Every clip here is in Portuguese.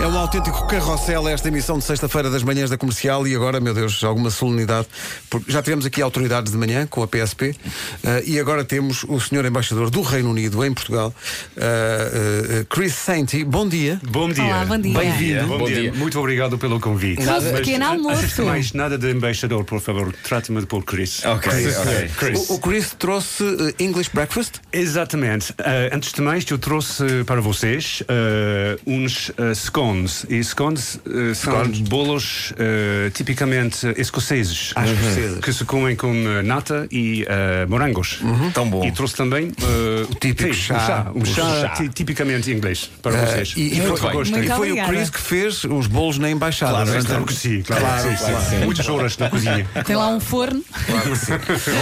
É um autêntico carrossel esta emissão de sexta-feira das manhãs da comercial e agora, meu Deus, alguma solenidade. Porque já tivemos aqui autoridades de manhã com a PSP eh, e agora temos o senhor embaixador do Reino Unido em Portugal, eh, eh, Chris Sainty. Bom dia. Bom dia. Olá, bom dia. Bem-vindo. Bom Bom, dia. dia. Muito obrigado pelo convite. Nosso Mas, pequeno almoço. Antes de mais, nada de embaixador, por favor. Trate-me por Chris. Ok, ok. Chris. O, o Chris trouxe eh, English Breakfast. Exatamente. Eh, antes de mais, eu trouxe para vocês eh, uns eh, scones. E scones eh, são bolos eh, tipicamente escoceses. Ah, escoceses. Que se comem com eh, nata e eh, morangos. Tão bom. E trouxe também eh, o típico Um chá. chá, um O chá chá. ti- tipicamente inglês para Eh, vocês. e, e Muito foi, bem. Gostem. e Muito foi o obrigada. Chris que fez os bolos na embaixada. Claro, então, durante a- Claro que sim, claro, Claro, que sim. claro que sim. Muitas horas na cozinha. Tem lá um forno.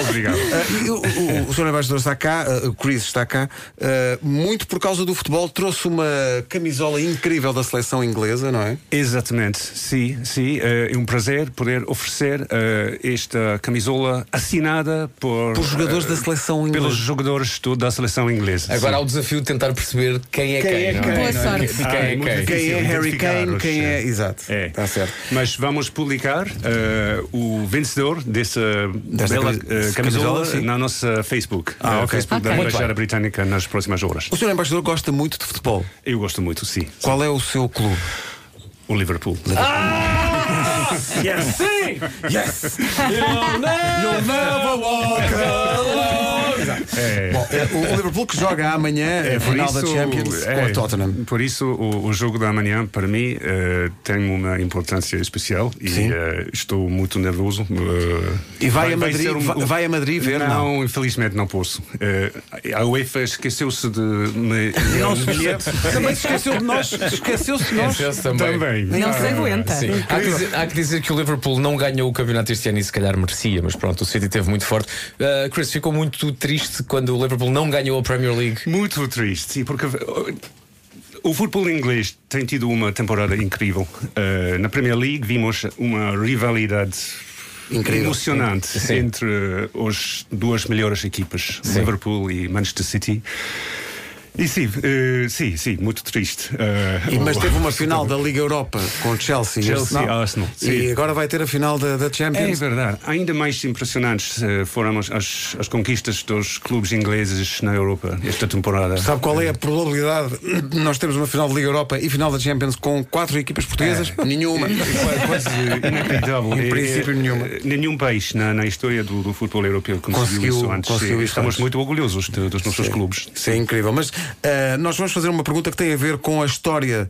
Obrigado. eh, E o, o, o senhor embaixador está cá, eh, o Chris está cá, eh, muito por causa do futebol, trouxe uma camisola incrível da seleção inglesa, não é? Exatamente, sim, sim. eh, É um prazer poder oferecer eh, esta camisola assinada por, Por jogadores eh, da seleção inglesa. pelos jogadores toda da seleção inglesa. Agora há sim. o desafio de tentar perceber quem é quem. não quem, Boa Não sorte. De Ah, quem muito é quem. difícil. Quem é Harry identificar Kane, os, quem é. eh, Exato. É. Está certo. Mas vamos publicar eh, o vencedor dessa Desta bela cami- eh, camisola, camisola, sim. na nossa Facebook. Ah, eh, ok. Facebook da Ok. Muito Embaixada bem. Britânica nas próximas horas. O senhor embaixador gosta muito de futebol. Eu gosto muito, sim. Qual é o seu clube? O Liverpool. Ah! Sim! Yes! É. Bom, eh, o o Liverpool que joga amanhã a final da Champions com a é, Tottenham. Por isso, o, o jogo da manhã, para mim, eh, tem uma importância especial e Sim. eh, estou muito nervoso. eh, E vai a Madrid- ser vai- vai a Madrid ver, Não, infelizmente não posso. Eh, a UEFA esqueceu-se de me. um Não Também se esqueceu de nós. Esqueceu-se de nós. Esse também. Também. Ah, Não se aguenta. Sim. Há, que dizer, há que dizer que o Liverpool não ganhou o campeonato este ano e se calhar merecia, mas pronto, o City teve muito forte. Ah, Chris ficou muito triste quando o Liverpool não ganhou a Premier League. Muito triste, sim, porque oh, o futebol inglês tem tido uma temporada incrível. Eh, na Premier League vimos uma rivalidade Incrível. emocionante Sim. entre eh, as duas melhores equipas, Liverpool e Manchester City. E sim, eh, sim, sim, muito triste. Eh, E- mas o- teve uma final da Liga Europa com Chelsea, e Chelsea, Arsenal, E sim. agora vai ter a final da, da É Champions. verdade. Ainda mais impressionantes eh, foram as- as, as conquistas dos clubes ingleses na Europa esta temporada. Sabe qual é a probabilidade de nós termos uma final de Liga Europa e final da Champions com quatro equipas portuguesas? É. Nenhuma. Qua- quase inacreditável. Em É, princípio, é, nenhuma. é, Nenhum país na, na história do, do futebol europeu conseguiu, Conseguiu- isso antes. conseguiu E isso Estamos antes. muito orgulhosos de- dos nossos clubes. Isso é incrível. Mas ah, nós vamos fazer uma pergunta que tem a ver com a história.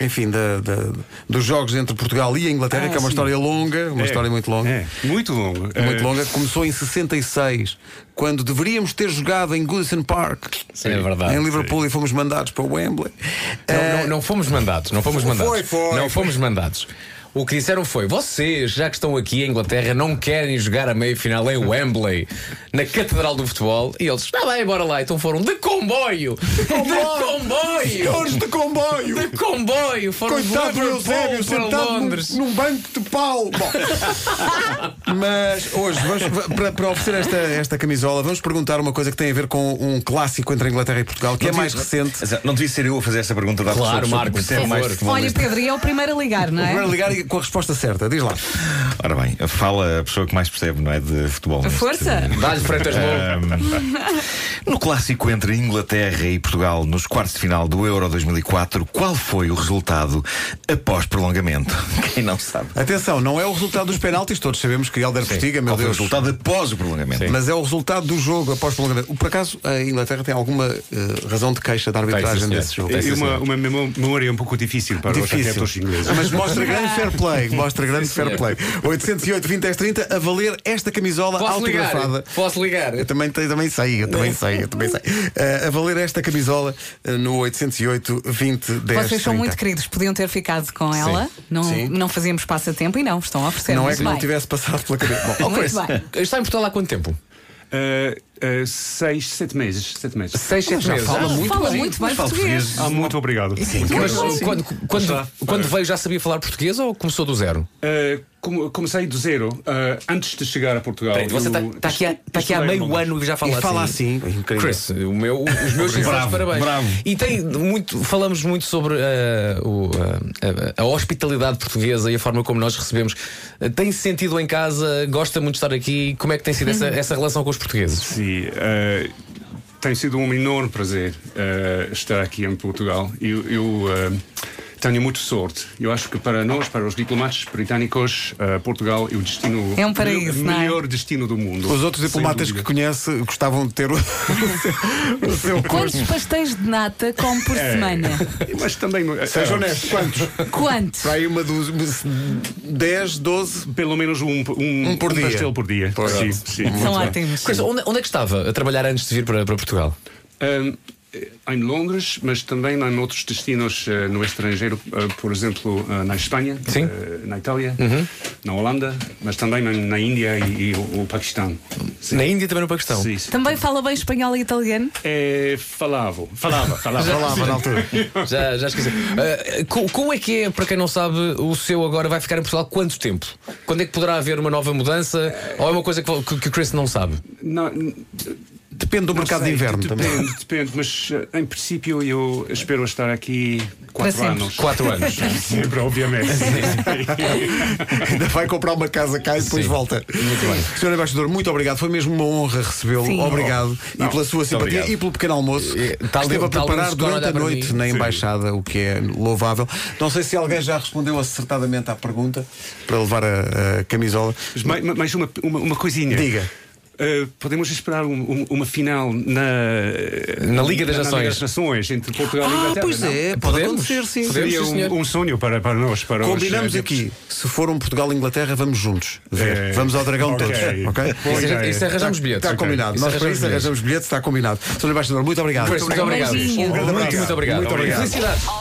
Enfim, da- da- dos jogos entre Portugal e a Inglaterra, Ah, que é uma sim. história longa, uma É, história muito longa. é, muito longo. Muito É, longa, começou em 66, quando deveríamos ter jogado em Goodison Park, Sim, é verdade. em Liverpool, e fomos mandados para Wembley. É Então, Eh, Não, não- não fomos mandados, não fomos Foi, mandados. foi, não foi. fomos mandados. O que disseram foi: vocês, já que estão aqui em Inglaterra, não querem jogar a meia final em Wembley, na Catedral do Futebol, e eles, está bem, bora lá. Então foram de comboio! De comboio! de comboio! De comboio! Foram de Coitado do Eusébio, Liverpool para sentado Londres! num, num banco de pau. Bom. Mas hoje, vamos- para, para oferecer esta, esta camisola, vamos perguntar uma coisa que tem a ver com um clássico entre a Inglaterra e Portugal, que é mais recente. Exato. eh, Não devia ser eu a fazer esta pergunta da Claro, pessoa Marco, que percebe por mais favor. de futebol Olha, deste- Pedro, e é o primeiro a ligar, não Para é? ligar e com a resposta certa, diz lá. Ora bem, fala a pessoa que mais percebe, não é? De futebol. neste- Força! Dá-lhe Freitas Lobo! No clássico entre Inglaterra e Portugal, nos quartos de final do Euro 2004, qual foi o resultado após prolongamento? Quem não sabe? Atenção, não é o resultado dos penaltis, todos sabemos que Helder Postiga, meu qual foi o Deus. resultado após o prolongamento? Mas é o resultado do jogo após o prolongamento. Por acaso, a Inglaterra tem alguma eh, razão de queixa da arbitragem Tem, sim, desse senhor. jogo? Tem, sim, É uma, senhor. uma memó- memória um pouco difícil para os Difícil. adeptos ingleses. Mas mostra grande fair play. Mostra grande fair play. 808 20 30 a valer esta camisola Posso ligar? autografada. Posso ligar? Eu também, te- também sei, eu também sei, eu também sei. Eh, a valer esta camisola eh, no 808 20 10 Vocês 30. são muito queridos, podiam ter ficado com ela, não, Sim. não fazíamos passatempo e não, estão a oferecer. Não é muito que não bem. tivesse passado pela cabeça. Bom, Eh, Muito Chris, bem. está em Portugal há quanto tempo? Eh, eh, seis, sete meses. Sete meses. Seis, sete meses. fala Ah, muito Fala bem. é muito Mas bem fala português. português. Ah, muito obrigado. Mas eh, assim? Sim. quando, quando, Está. quando veio já sabia falar português ou começou do zero? Eh, como- comecei do zero eh, antes de chegar a Portugal. Você está eu aqui, há- tá aqui estudei há em meio Londres. ano e já E fala, fala assim. é incrível. Chris, o meu- os meus sinceros Bravo, parabéns. bravo. E tem muito, falamos muito sobre eh, o, eh, a, a hospitalidade portuguesa e a forma como nós recebemos. Eh, tem sentido em casa? Gosta muito de estar aqui? Como é que tem sido essa, essa relação com os portugueses? Sim, eh, tem sido um enorme prazer eh, estar aqui em Portugal. Eu, eu, eh, tenho muita sorte. Eu acho que para nós, para os diplomatas britânicos, eh, Portugal é o destino É um paraíso, o não é? melhor destino do mundo. Os outros Sem diplomatas que dúvida. conhece gostavam de ter o, o seu, o seu Quantos pastéis de nata come por É. semana? Mas também eh, Seja eh, honesto, quantos? Quantos? Para aí uma dos 10, 12. pelo menos um, um, Um por dia. pastel por dia. Pois. Sim, sim. São ótimos. Chris, onde, onde é que estava a trabalhar antes de vir para, para Portugal? Um, eh, em Londres, mas também em outros destinos eh, no estrangeiro, eh, por exemplo, eh, na Espanha, Sim. eh, na Itália, Uhum. na Holanda, mas também na, na Índia e, e o, o Paquistão. Sim. Na Índia e também no Então. Paquistão? Sim, sim. Também fala bem espanhol e italiano? É, falava, falava, falava. Falava na altura. Já, já esqueci. Ah, co- como é que é, para quem não sabe, o seu agora vai ficar em Portugal quanto tempo? Quando é que poderá haver uma nova mudança? Ou é uma coisa que, que, que o Chris não sabe? Não, n- Depende do não mercado sei, de inverno depende, também. Depende, mas eh, em princípio eu espero estar aqui quatro sempre. anos. Quatro anos. Sempre, obviamente. Ainda vai comprar uma casa cá e depois Sim. volta. Muito bem. Senhor Embaixador, muito obrigado. Foi mesmo uma honra recebê-lo. Sim. Obrigado. Oh, e pela sua simpatia obrigado. e pelo pequeno almoço. E- que tal- esteve a tal- preparar tal- durante a olhar para noite mim. na Embaixada, o que é louvável. Não sei se alguém já respondeu acertadamente à pergunta para levar a, a camisola. Mas mais, mais uma, uma, uma coisinha. Diga. Eh, podemos esperar um- um- uma final na, Na Liga das Nações. Liga das Nações entre Portugal e Ah, Inglaterra. pois não? é, pode Podemos? acontecer, sim. Podemos? Seria sim, senhor. um, um sonho para, para nós. Para os, Combinamos eh, aqui, se for um Portugal-Inglaterra, vamos juntos. Ver. É. Vamos ao Dragão Ok. todos. Ok? Boa Isso, é- ideia. isso arranjamos bilhetes. Está ok. é combinado. Nós para arranjamos isso bilhetes. arranjamos bilhetes, está combinado. Senhor Embaixador, muito obrigado. Chris, muito obrigado. Beijinho. Muito, muito obrigado. Muito obrigado. Felicidades.